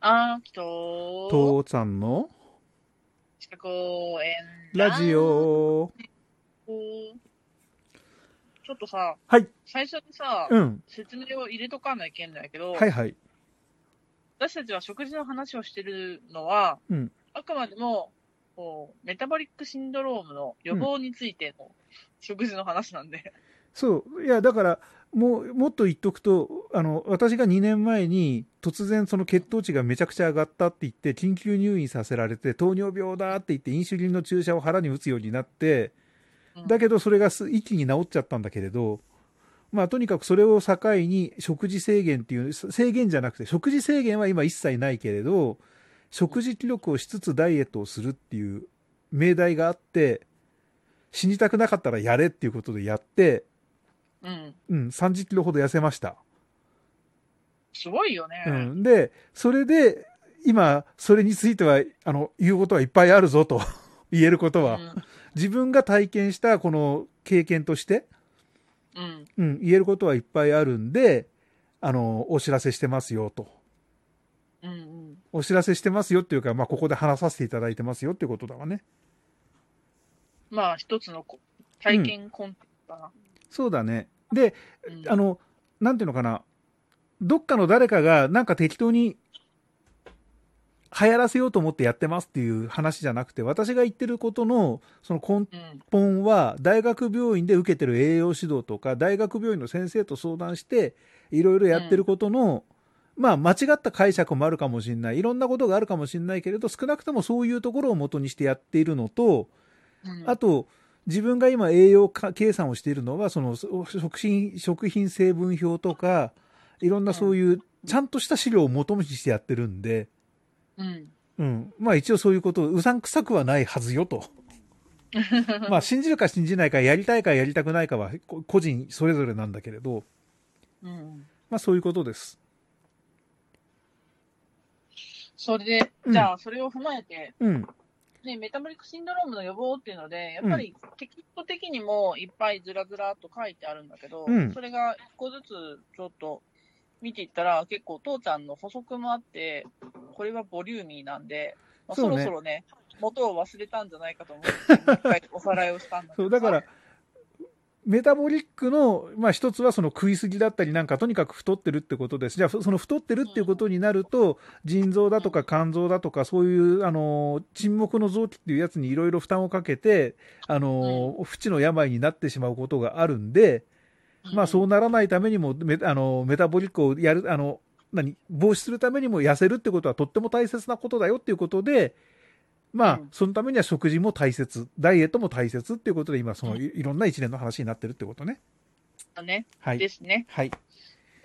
あきと、父さんの地下公園ラジ。オ。ちょっとさ、はい。最初にさ、うん。説明を入れとかないけんだけど、はいはい。私たちは食事の話をしてるのは、うんあくまでもこうメタボリックシンドロームの予防についての食事の話なんで、そう。いや、だから、もう、もっと言っとくと、あの、私が2年前に突然その血糖値がめちゃくちゃ上がったって言って、緊急入院させられて、糖尿病だって言って、インシュリンの注射を腹に打つようになって、うんだけどそれがす一気に治っちゃったんだけれど、まあとにかくそれを境に食事制限っていう、す制限じゃなくて、食事制限は今一切ないけれど、食事記録をしつつダイエットをするっていう命題があって、死にたくなかったらやれっていうことでやって、うん、うん、30キロほど痩せました。すごいよね。うん。で、それで、今、それについては、あの、言うことはいっぱいあるぞと 言えることうは、ん自分が体験したこの経験として、うんうん、言えることはいっぱいあるんで、あの、お知らせしてますよと。うんうんお知らせしてますよっていうか、まあ、ここで話させていただいてますよっていうことだわね。まあ、一つのこ体験コンテンツかな。そうだね。で、うんあの、なんていうのかな、どっかの誰かがなんか適当に流行らせようと思ってやってますっていう話じゃなくて、私が言ってることのその根うん本は、大学病院で受けてる栄養指導とか、大学病院の先生と相談して、いろいろやってることの、まあ、間違った解釈もあるかもしれない。いろんなことがあるかもしれないけれど、少なくともそういうところを元にしてやっているのと、うんあと、自分が今栄養か計算をしているのは、そのそ食品、食品成分表とか、いろんなそういう、ちゃんとした資料を求めにしてやってるんで、うんうん。まあ一応そういうこと、うさんくさくはないはずよと。まあ信じるか信じないか、やりたいかやりたくないかは、こ個人それぞれなんだけれど、うんまあそういうことです。それで、うんじゃあ、それを踏まえて、うん。ね、メタボリックシンドロームの予防っていうので、やっぱりテキスト的にもいっぱいずらずらっと書いてあるんだけど、うんそれが一個ずつちょっと見ていったら、結構父ちゃんの補足もあって、これはボリューミーなんで、まあそそうねろそろね、元を忘れたんじゃないかと思って、一回おさらいをしたんだけそど。う、だから、メタボリックの、まあ一つはその食いすぎだったりなんか、とにかく太ってるってことです。じゃあ、そその太ってるっていうことになると、腎臓だとか肝臓だとか、そういう、あのー、沈黙の臓器っていうやつにいろいろ負担をかけて、あのー、不治の病になってしまうことがあるんで、まあそうならないためにも、メあのーメタボリックをやる、あの、何、防止するためにも痩せるってことはとっても大切なことだよっていうことで、まあうん、そのためには食事も大切、ダイエットも大切っていうことで、今、そうのんいいろんな一連の話になってるってことね。うん。ね、はいで。すね。はい。とい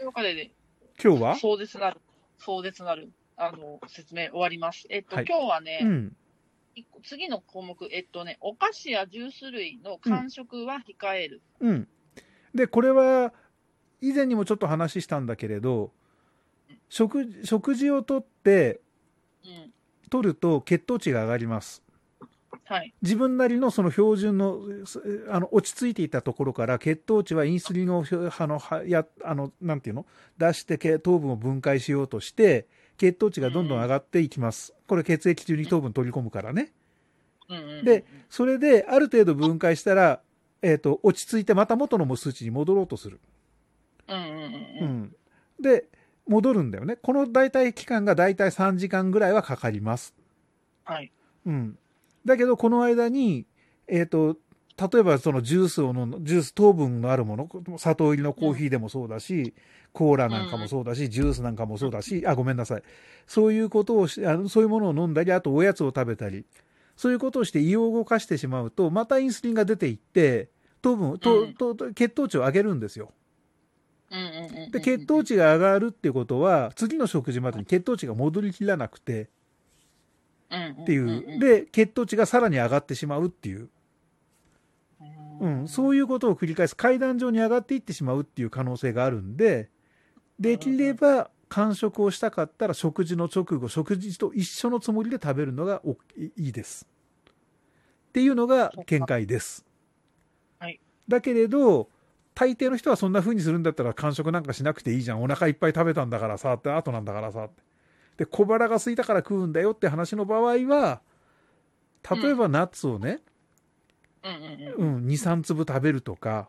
うわけで、今日は壮絶なる、壮絶なる、あの、説明終わります。えっと、はい今日はね、うん。一個次の項目、えっとね、お菓子やジュース類の間食は控える。うん。で、これは、以前にもちょっと話したんだけれど、食、食事をとって、うん。とると血糖値が上がります。はい。自分なりのその標準の、すあの、落ち着いていたところから、血糖値はインスリンを、ひょあの、はや、あの、なんていうの出して血糖分を分解しようとして、血糖値がどんどん上がっていきます。これ血液中に糖分取り込むからね。うんうんうん、で、それで、ある程度分解したら、えっ、と、落ち着いてまた元の数値に戻ろうとする。うんうんううんん。で、戻るんだよね。この大体期間が大体3時間ぐらいはかかります。はい。うん。だけど、この間に、えっ、と、例えばそのジュースを飲んジュース、糖分のあるもの、砂糖入りのコーヒーでもそうだし、コーラなんかもそうだし、ジュースなんかもそうだし、あ、ごめんなさい。そういうことをしあの、そういうものを飲んだり、あとおやつを食べたり、そういうことをして胃を動かしてしまうと、またインスリンが出ていって、糖分、うとんとと血糖値を上げるんですよ。うんうんうんうん。で、血糖値が上がるってことは、次の食事までに血糖値が戻りきらなくて、っっていう。、で、血糖値がさらに上がってしまうっていう。うん。そういうことを繰り返す。階段上に上がっていってしまうっていう可能性があるんで、できれば、間食をしたかったら食事の直後、食事と一緒のつもりで食べるのがおいいいです。っていうのが見解です。はい。だけれど、大抵の人はそんな風にするんだったら間食なんかしなくていいじゃん。お腹いっぱい食べたんだからさ、って後なんだからさって。で、小腹が空いたから食うんだよって話の場合は、例えばナッツをね、うんうんうん。うん、2、3粒食べるとか、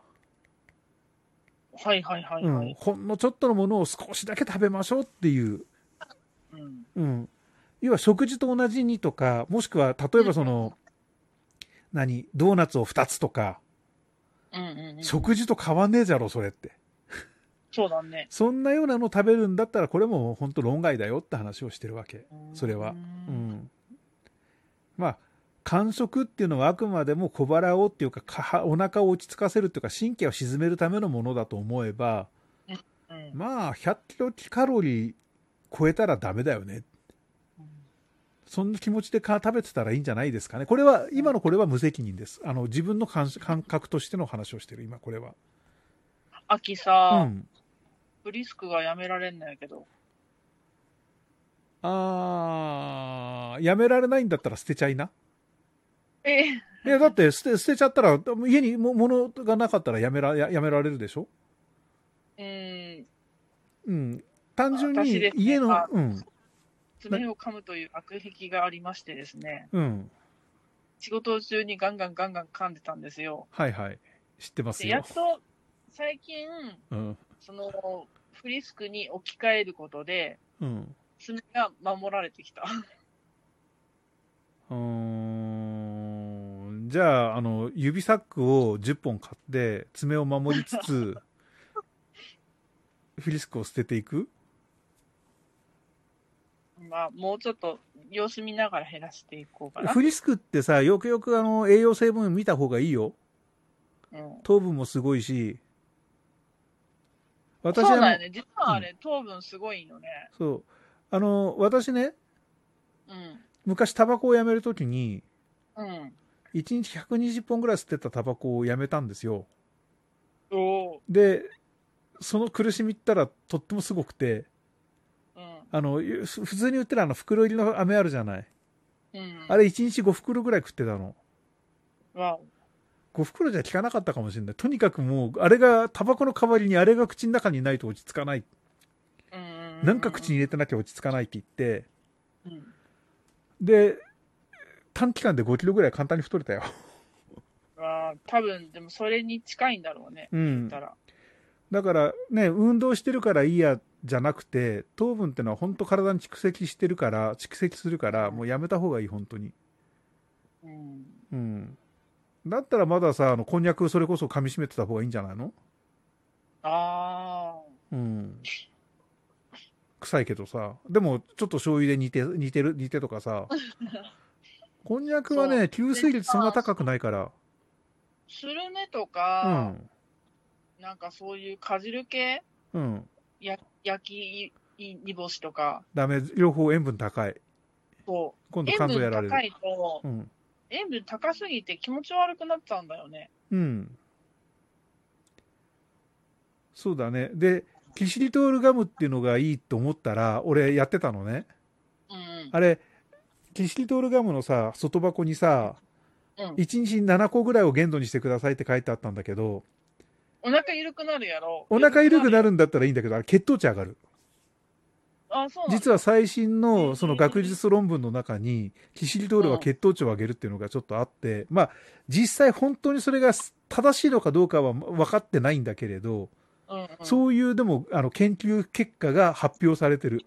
はいはいはいはうんい。、ほんのちょっとのものを少しだけ食べましょうっていう、うん。うん、要は食事と同じにとか、もしくは例えばその、何、ドーナツを2つとか、うんうんうん。食事と変わんねえじゃろ、それって。そうだね。そんなようなの食べるんだったら、これも本当論外だよって話をしてるわけ。それはう。うんん。まあ、間食っていうのはあくまでも小腹をっていうか、かお腹を落ち着かせるっていうか、神経を沈めるためのものだと思えば、うんまあ、100キロカロリー超えたらダメだよね。そんな気持ちでか食べてたらいいんじゃないですかね。これは、今のこれは無責任です。あの、自分の感感覚としての話をしてる、今これは。秋うさ、ん。ブリスクがやめられんのやけど。あー、やめられないんだったら捨てちゃいな。えいや、だって捨て、捨てちゃったら、家にも物がなかったらやめら、ややめられるでしょうん。うん。単純私にですね家の、あうん、爪を噛むという悪癖がありましてですね。うん。仕事中にガンガンガンガン噛んでたんですよ。はいはい。知ってますでやよっ。と最近、うん。そのフリスクに置き換えることで、うん。爪が守られてきた。 うーん。じゃあ、あの、指サックを10本買って、爪を守りつ つ、フィリスクを捨てていくまあ、もうちょっと様子見ながら減らしていこうかな。フリスクってさ、よくよくあの、栄養成分見た方がいいよ。うん、糖分もすごいし。私そうあだのよね。実はあれ、糖分すごいよね。そう。あの、私ね、昔タバコをやめるときに、うん。うん。 1日120本ぐらい吸ってたタバコをやめたんですよ。おーで、その苦しみったらとってもすごくて、うん。あの、ゆふ普通に売ってるあの袋入りの飴あるじゃない。うん。あれ1日5袋ぐらい食ってたの。わお5袋じゃ効かなかったかもしれない。とにかくもう、あれが、タバコの代わりにあれが口の中にないと落ち着かない。うんうんうん。なんか口に入れてなきゃ落ち着かないって言って、うん。で、短期間で5キロぐらい簡単に太れたよ。わあ多分、でもそれに近いんだろうね。うんだら。だからね、運動してるからいいやじゃなくて、糖分ってのは本当体に蓄積してるから、蓄積するから、もうやめた方がいい、本当に。うん。うん。だったらまださ、あの、こんにゃくそれこそ噛み締めてた方がいいんじゃないのああ。うん。臭いけどさ。でも、ちょっと醤油で煮て、煮てる、煮てとかさ。こんにゃくはそね、う吸水率そんな高くないから。スルメとうか、ん。なんかそういうかじる系うん。や焼き煮干しとか、ダメ、両方塩分高い。そう。今度塩肝臓や分られ高る。いとう、ん。塩分高すぎて気持ち悪くなっちゃうんだよね。うん。そうだね。で、キシリトールガムっていうのがいいと思ったら、俺やってたのね。うんあれ、キシリトールガムのさ、外箱にさ、うん。うん、 1日7個ぐらいを限度にしてくださいって書いてあったんだけど、お腹緩くなるやろ。お腹緩くなる。るんだったらいいんだけど、あれ血糖値上がる。あ、そうなんだ。実は最新うんのその学術論文の中に、キシリトールは血糖値を上げるっていうのがちょっとあって、まあ、実際本当にそれが正しいのかどうかは分かってないんだけれど、うんうん、そういうでもあの研究結果が発表されてる。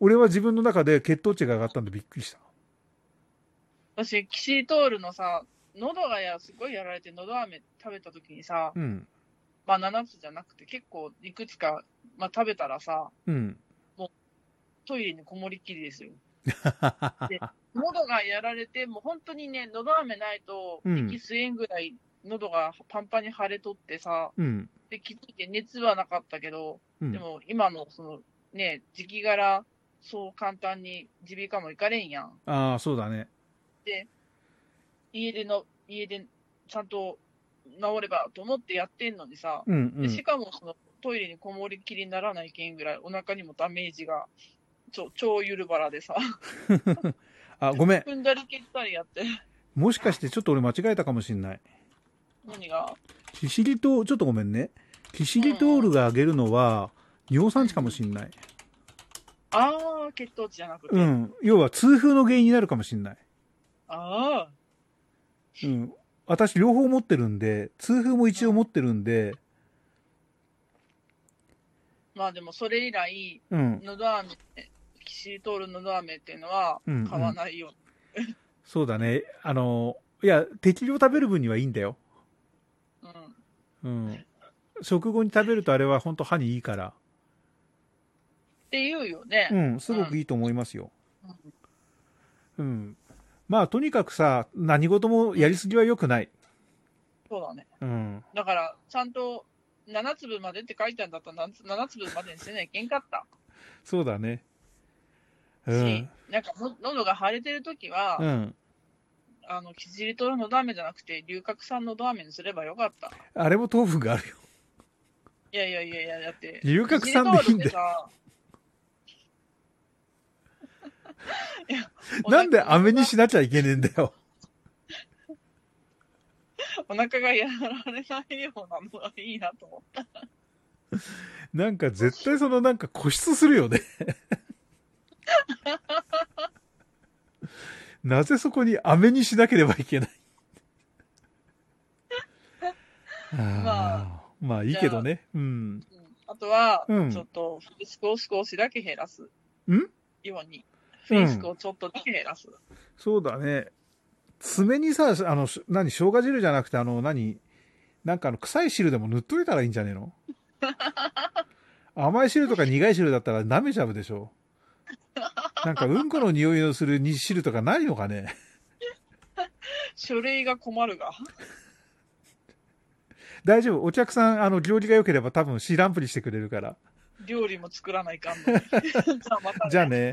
俺は自分の中で血糖値が上がったんでびっくりした。私、キシリトールのさ、喉がや、すごいやられて、喉飴食べた時にさ、うん。まあ7つじゃなくて結構いくつか、まあ食べたらさ、うん。トイレにこもりっきり ですよ。で喉がやられて、もう本当にね、喉飴ないと、うん息吸えんぐらい、喉がパンパンに腫れとってさ、うん。で、気づいて熱はなかったけど、うんでも今のそのね、時期柄、そう簡単に耳鼻科も行かれんやん。ああ、そうだね。家での、家でちゃんと治ればと思ってやってんのにさ、うん、うでんし。かもそのトイレにこもりきりにならないけんぐらいお腹にもダメージが、ちょ超ゆるばらでさ、 あ、ごめん。踏んだり蹴ったりやって、もしかしてちょっと俺間違えたかもしんない。何が、キシリトール、ちょっとごめんね。キシリトールが上げるのは、尿酸値かもしんない。あは血糖値じゃなくて。うん。要は痛風の原因になるかもしれない。ああ。うん。私両方持ってるんで、痛風も一応持ってるんで、まあでもそれ以来、うん。のど飴、キシリトールのど飴っていうのはうんうん買わないように。そうだね。あの、いや、適量食べる分にはいいんだよ。うん。うん。食後に食べるとあれは本当歯にいいから。って言うよね。うん、すごくいいと思いますようん。うん。まあ、とにかくさ、何事もやりすぎは良くない。そうだね。うん。だから、ちゃんと7粒までって書いてあるんだったら、7粒までにせなきゃいけんかった。そうだね。うしん。、なんかの、喉が腫れてるときは、うん。あの、キジリトールのど飴じゃなくて、龍角散のど飴にすればよかった。あれも糖分があるよ。いやいやいやいや、だって。龍角散でいいんだよよ。 いやなんでお腹飴にしなきゃいけねえんだよ。お腹がやられないようなのがいいなと思って。なんか絶対そのなんか固執するよね。なぜそこに飴にしなければいけないああまあいいけどね。うん。うんあとは、うんちょっと、フェイスクを少しだけ減らす。んように。フェイスクをちょっとだけ減らす。そうだね。爪にさ、あの、し何、生姜汁じゃなくて、あの、何、なんかあの、臭い汁でも塗っといたらいいんじゃねえの甘い汁とか苦い汁だったら舐めちゃうでしょ。なんか、うんこの匂いのする煮汁とかないのかね。書類が困るが。大丈夫。お客さん、あの、料理が良ければ多分 C ランプにしてくれるから。 料理も作らないかんのに。じゃあまたねじゃあね。